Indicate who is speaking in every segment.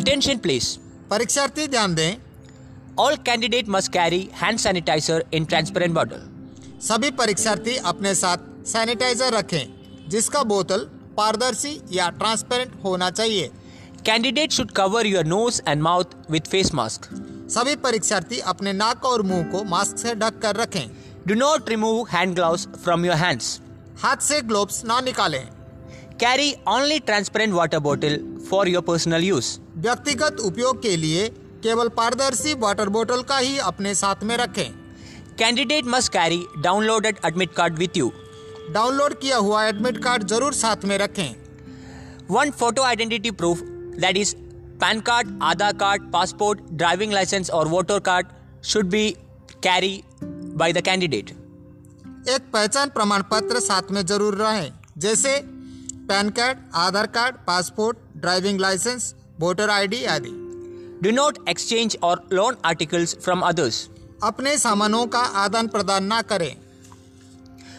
Speaker 1: Attention please.
Speaker 2: परीक्षार्थी ध्यान दें
Speaker 1: All candidate must carry hand sanitizer in transparent bottle.
Speaker 2: सभी परीक्षार्थी अपने साथ सैनिटाइजर रखें जिसका बोतल पारदर्शी या ट्रांसपेरेंट होना चाहिए
Speaker 1: Candidate should cover your nose and mouth with face mask.
Speaker 2: सभी परीक्षार्थी अपने नाक और मुंह को मास्क से ढक कर रखें
Speaker 1: Do not remove hand gloves from your hands.
Speaker 2: हाथ से ग्लोब्स ना निकालें
Speaker 1: Carry only transparent water bottle for your personal use.
Speaker 2: व्यक्तिगत उपयोग के लिए केवल पारदर्शी वाटर बोतल का ही अपने साथ में रखें
Speaker 1: Candidate must carry downloaded admit card with you.
Speaker 2: Download किया हुआ एडमिट कार्ड जरूर साथ में रखें
Speaker 1: One photo identity proof that is PAN card, Aadhaar card, passport, driving license or voter card should be carried by the candidate.
Speaker 2: एक पहचान प्रमाण पत्र साथ में जरूर रहें जैसे PAN card Aadhaar card passport driving licence voter ID आदि
Speaker 1: Do not exchange or loan articles from others.
Speaker 2: अपने सामानों का आदान प्रदान ना करें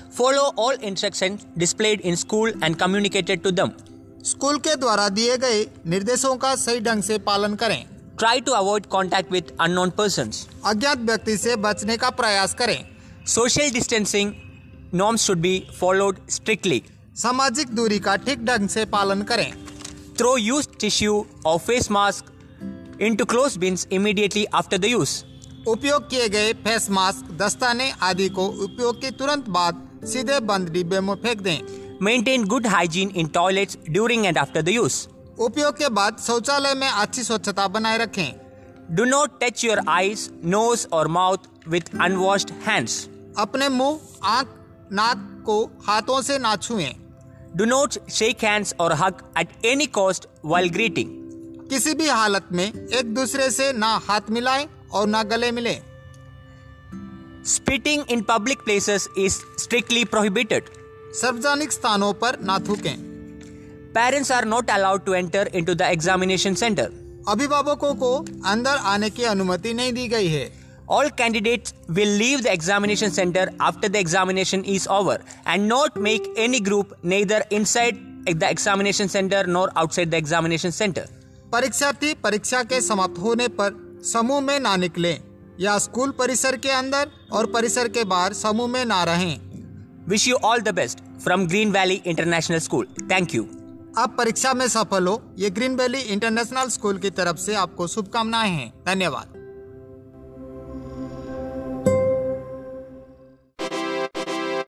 Speaker 1: Follow all instructions displayed in school and communicated to them.
Speaker 2: School के द्वारा दिए गए निर्देशों का सही ढंग से पालन करें
Speaker 1: Try to avoid contact with unknown persons.
Speaker 2: अज्ञात व्यक्ति से बचने का प्रयास करें
Speaker 1: Social distancing norms should be followed strictly.
Speaker 2: सामाजिक दूरी का ठीक ढंग से पालन करें
Speaker 1: Throw used tissue or face mask into closed bins immediately after the use.
Speaker 2: उपयोग किए गए फेस मास्क दस्ताने आदि को उपयोग के तुरंत बाद सीधे बंद डिब्बे में फेंक दें
Speaker 1: Maintain good hygiene in toilets during and after the use.
Speaker 2: उपयोग के बाद शौचालय में अच्छी स्वच्छता बनाए रखें
Speaker 1: Do not touch your eyes, nose, or mouth with unwashed hands.
Speaker 2: अपने मुंह, आंख, नाक को हाथों से ना छुएं।
Speaker 1: Do not shake hands or hug at any cost while greeting.
Speaker 2: किसी भी हालत में एक दूसरे से ना हाथ मिलाएं और ना गले मिलें।
Speaker 1: Spitting in public places is strictly prohibited.
Speaker 2: सार्वजनिक स्थानों पर ना थूकें।
Speaker 1: Parents are not allowed to enter into the examination center.
Speaker 2: अभिभावकों को अंदर आने की अनुमति नहीं दी गई है
Speaker 1: All candidates will leave the examination center after the examination is over and not make any group neither inside the examination center nor outside the examination center.
Speaker 2: परीक्षार्थी परीक्षा के समाप्त होने पर समूह में ना निकलें या स्कूल परिसर के अंदर और परिसर के बाहर समूह में ना रहें
Speaker 1: Wish you all the best from Green Valley International School. Thank you.
Speaker 2: आप परीक्षा में सफल हो ये ग्रीन वैली इंटरनेशनल स्कूल की तरफ से आपको शुभकामनाएं हैं धन्यवाद